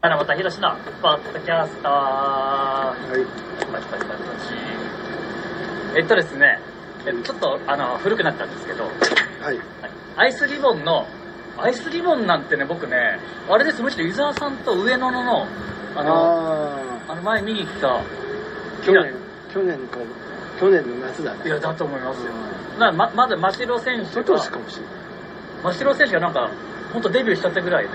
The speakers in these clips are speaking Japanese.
七夕ひろしのポッドキャストはい。パチパチパチパチえっとですねえちょっとあの古くなったんですけどはい。アイスリボンのアイスリボンなんてね僕ねあれですむしろ湯沢さんと上野ののあのあああ。の前見に来た去年、去年か、去年の夏だね。いやだと思いますよなままだ真城選手サがトシかもしれない。真城選手がなんか本当デビューしたてぐらいで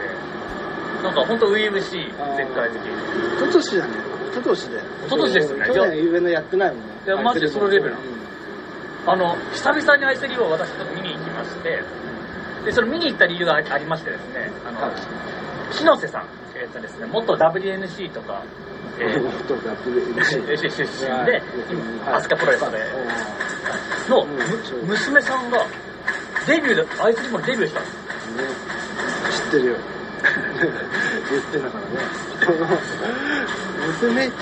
なんか本当初々しいあー全体的にサトシだね。サトシで。サトシですよね去年上のやってないもんね。いやマジでそのレベルなのうんあの久々にアイスリボンを私ちょっと見に行きましてでその見に行った理由があありましてですねあの、はい。木野瀬さんえっとですね元 WNC とか、えーとラップで出身出身はでい今アスカプロレスであのうんむそう娘さんがデビューでアイスリボンデビューしたんですーね知ってるよ。 言ってたからね。 その娘って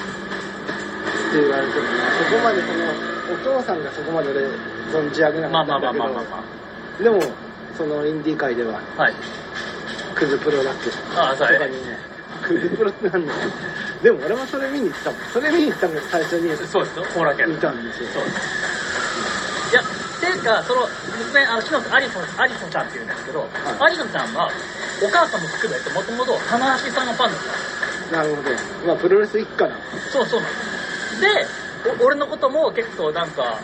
言われてもね、そこまでその、お父さんがそこまで俺、存じ上げなまかあまったあんまあだけまあまどあ、までも、そのインディー界では、あはいクズプロだって。ああそうとかにね、クズプロってなんだよ。でも俺もそれ見に行ったもん。それ見に行ったのが最初にそうですよコーラ県見たんですよ。そうですいやっていうかその娘あの木野瀬アリソンアリソンちゃんっていうんですけど、はアリソンちゃんはお母さんも含めてもともと花橋さんのファンだったなるほど。まあプロレス一家なの。そうそうなんですでお俺のことも結構なんか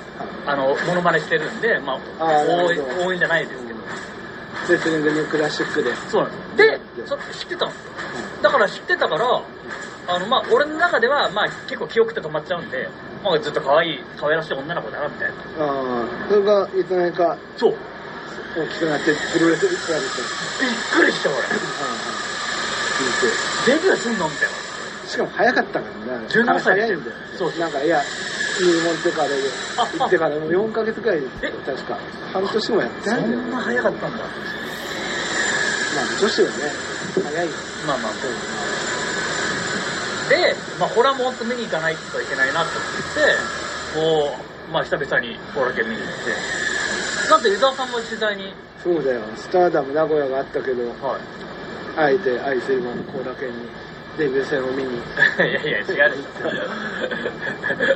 あのモノマネしてるんでまああー多ないるほど多いんじゃないですけどレスリングのクラシックで。そうなんですでそ知ってたんですよだから知ってたからあのまあ俺の中ではまあ結構記憶って止まっちゃうんでまあずっと可愛い可愛らしい女の子だなみたいなああ、それがいつの間にかそうびっ大きくなってプロレス一家になって。くりした俺うんデビューすんのみたいなうんしかも早かったからね。 17歳早いんだよ。そうそうなんか、いや、入門ってからで、あ行ってからもう4ヶ月くらい、え確か。半年もやってないそんだよ。んな早かったんだまあ女子はね、早いよ。まあまあそうで、まあ、ホラーも本当見に行かないといけないなと思って、こう、まあ、久々にホラー系見に行って、なんと湯沢さんも取材に、そうだよ。スターダム名古屋があったけど、はあえて愛するもの後楽園にデビュー戦を見に行っ い、いや いや、違うでしたわけじゃないけど。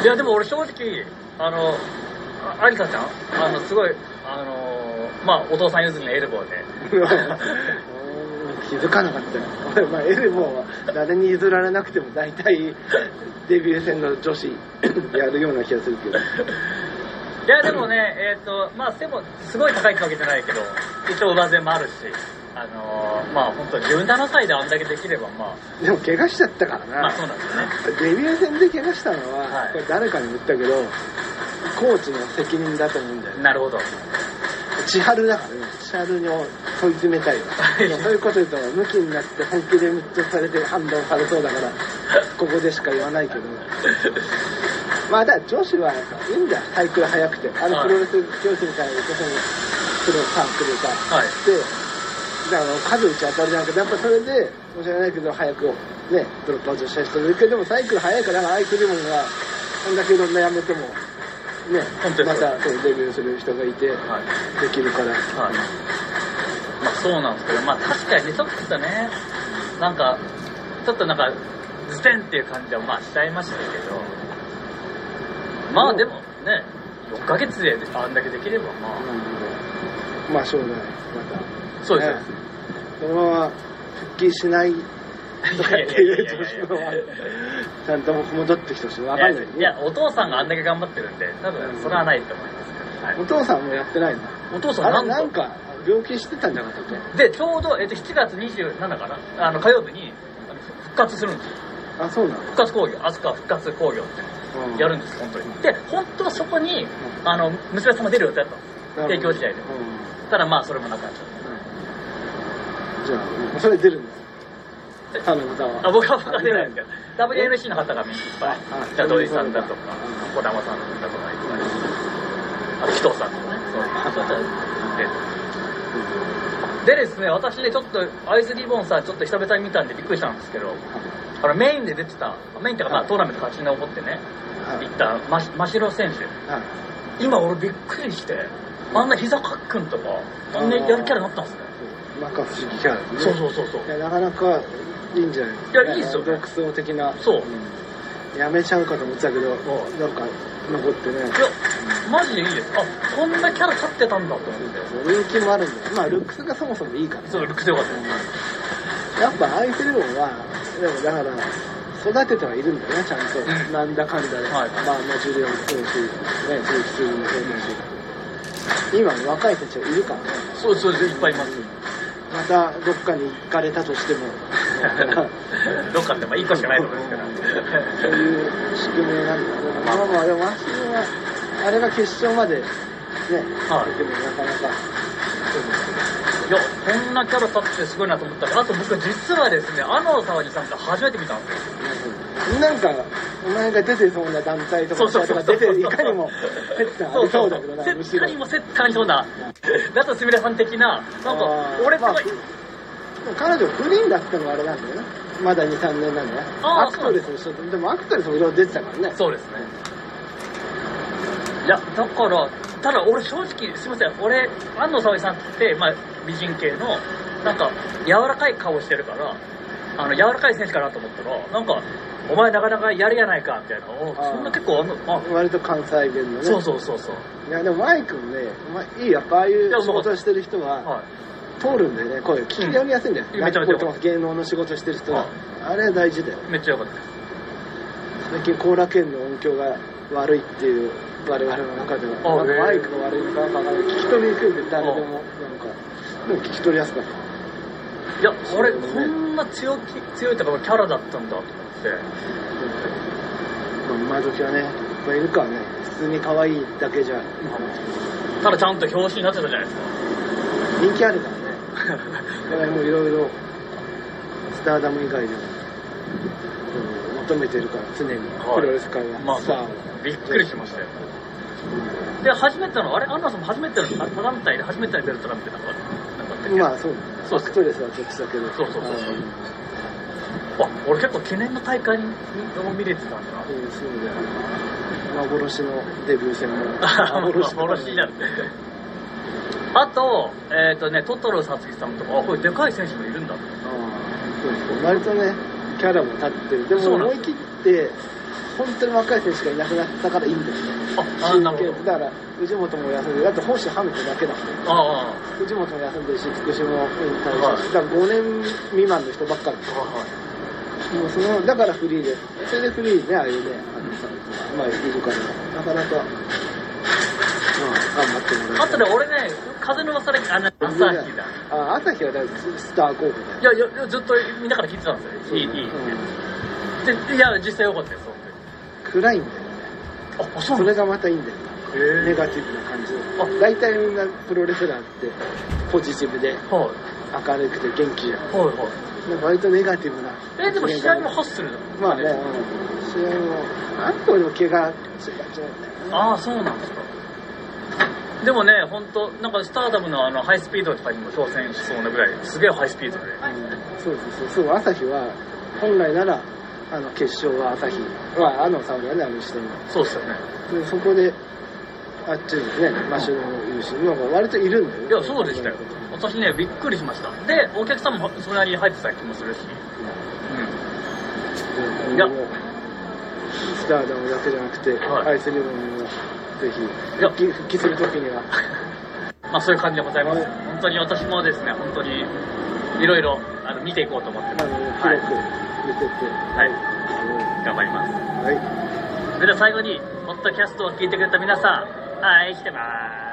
ょ。いや、でも俺、正直、あの、あありさちゃん、あの、すごい、あのーまあ、お父さん譲りのエルボー で、気づかなかったよ。俺、まあ、エルボーは誰に譲られなくても大体デビュー戦の女子やるような気がするけど。いや、でもね、えっ、と、まあ、背もすごい高いってわけじゃないけど、一応上背もあるし、あのーまあ、本当17歳であんだけできれば、まあ、でも怪我しちゃったからな。まあ、そうなんですね。デビュー戦で怪我したのは、はいこれ誰かに言ったけど、コーチの責任だと思うんだよね。なるほど。千春だからね、千春を問い詰めたいよ。いそういうこと言うと、向きになって本気で密着されて判断されそうだから、ここでしか言わないけど。まあ、だから女子はさ、いいんだよ、サイクル早くて。あはのいプロレス教室みたいな、その、プロサークルさ、はい。で、だから数打ち当たりじゃなくて、やっぱそれで、申し訳ないけど、早く、ね、ドロップアウトした人もいるけど、でもサイクル早いから、相手でもんが、こんだけいろんなやめても、ね本当、にまそうたそうデビューする人がいて、はい。できるから。はい。まあそうなんですけど、まあ確かにちょっとね、なんか、ちょっとなんか、ズテンっていう感じはまあしちゃいましたけど、まあでもね、6ヶ月であんだけできればまあ、まあ、しょうがない。また。そうですねこのまま復帰しないとかっていう年のは、ちゃんと戻ってきてほしい。わかんないいね。や、お父さんがあんだけ頑張ってるんで、多分それはないと思いますけど、はいお父さんもやってないのお父さあんれ、ななんんと、か、病気してたんじゃなかったっけで、ちょうど、えっと、7月27かな、あの、火曜日に、あの復活するんですよ。あ、そうなの復活工業、アスカ復活工業って。やるんです、本当に。で、本当はそこに、あの、娘さんも出る予定だったんです。提供試合でうんただまあ、それもなかった。じゃあ、それ出るんですかあの歌あは。僕は僕は出ないんですけど、WNC の旗がいっぱいあ、じゃあ土井さんだとかう、ん小玉さんだとかいっぱい、あと紀藤さんとかね、 そういう人たちが出てでですね、私ね、ちょっと、アイスリボンさん、ちょっと久々に見たんでびっくりしたんですけど、あの、メインで出てた、メインっていうか、まあ、はいトーナメント勝ち残ってね、は行いった、ま、真城選手。はい今俺びっくりしてあんな膝かっくんとかあんなやるキャラになったんですねまか不思議キャラでねそうそうそうそういやなかなかいいんじゃないですか、いやいいっすよね独創的なそうんやめちゃうかと思ってたけどなんか残ってねいやマジでいいですあこんなキャラ勝ってたんだと思って人気もあるんだよまあルックスがそもそもいいからねそうルックスよかったやっぱアイセルボンはでもだから育ててはいるんだよねちゃんと、うんなんだかんだで、はいまあモジュリオもそうだしね鈴木鈴木もそうだし今の若い人たちはいるからねそうそうですいっぱいいますまたどっかに行かれたとして も どっかでもいい子しかないと思いますからそういう宿命なんだろうなまあまあでも足はあれが決勝までねはいでもなかなかいやこんなキャラ勝ってすごいなと思ったらあと僕実はですねあの沢にさんが初めて見たんですよなんか、お前が出てそうな団体とか、とか出て、いかにも、ペッタありそうだけどな、セむッしタろに。もセッタにそうなだとすみれさん的ななんあかー俺とまあは彼女フリーになったのはあれなんだよね。まだ2、3年なんだよ。あーアクトレスも一緒でもアクトレスもいろいろ出てたからね。そうですねいやだからただ俺正直すいません俺安藤沙織さんって、まあ、美人系のなんか柔らかい顔してるからあの柔らかい選手かなと思ったらなんかお前なかなかやるやないかみたいなおあーそんな結構あのあ割と関西弁のね。そうそうそうそういや、でもマイ君ね、まあいい、やっぱああいうや仕事してる人は、はい通るんだよね、声。聞き取りやすいんだようん。めちゃめちゃ学校とか芸能の仕事してる人はは。あれは大事だよ。めっちゃ良かったです最近後楽園の音響が悪いっていう我々の中ではあなんかへえマイクが悪いのかわかんない聞き取りにくいんで誰でもなんかでも聞き取りやすかったいやそう俺だねこんな強き強いとかキャラだったんだと思ってまあ今時はねいっぱいいるからね普通に可愛いだけじゃただちゃんと表紙になってたじゃないですか人気あるからね これもいろいろスターダム以外でもうん求めてるから常にはいプロレス界はまあスターをびっくりしましたよで初めてのあれアンナさんも初めての他団体で初めてのベルトラみたいなのがなんかあったっけまあそうだねそうアっすクトレスはそっちだけどそうそうそうそうあのあ俺結構記念の大会にも見れてたんだなうんそうだよ幻のデビュ ー戦もあ幻とかね幻になるあとえっ、とねトトロさつきさんとかあこれでかい選手もいるんだああそうですね割とねキャラも立ってるでもそうなん思でい切って本当に若い選手がいなくなったからいいんだよねああなるほ真ど剣だから藤本も休んでだって本州ハムってだけだもんああ藤本も休んでるし福島も引は退いしてだから5年未満の人ばっかりあもうそのだからフリーでそれでフリーでねああいうねあのさまあいるからなかなかまあ頑張ってもらいたいあとね俺ね風の噂であの朝日だあ朝日はだいぶスター候補だよいやいやいやずっとみんなから聞いてたんですよいいいいってでいや実際良かったですうん暗いんだよね本当にああそそうなれんだがまたいいんだよへえネガティブな感じあ大体みんなプロレスラーってポジティブではい明るくて元気じゃんはいはいなんか割とネガティブなえでも試合もハッスルだまあね、うん試合もあんこにも怪我しがちなんだよねああそうなんですかでもね本当なんかスターダムのあのハイスピードとかにも挑戦しそうなぐらいすげえハイスピードでうんそうそうそうそう朝日は本来ならあの決勝は朝日はあのサウナねあの人もそうですよねでそこであっちにねマシュルもいるしなんか割といるんだよねいやそうでしたよ私ねびっくりしましたでお客さんもそれなりに入ってた気もするしういいやスターダムだけじゃなくて、はいアイスリボンもぜひいや復帰復帰するときには、んまあそういう感じでございますはい本当に私もですね本当にいろいろあの見ていこうと思ってあますのはい広く見てて、はい頑張りますはいそれでは最後にポッドキャストを聞いてくれた皆さん愛してます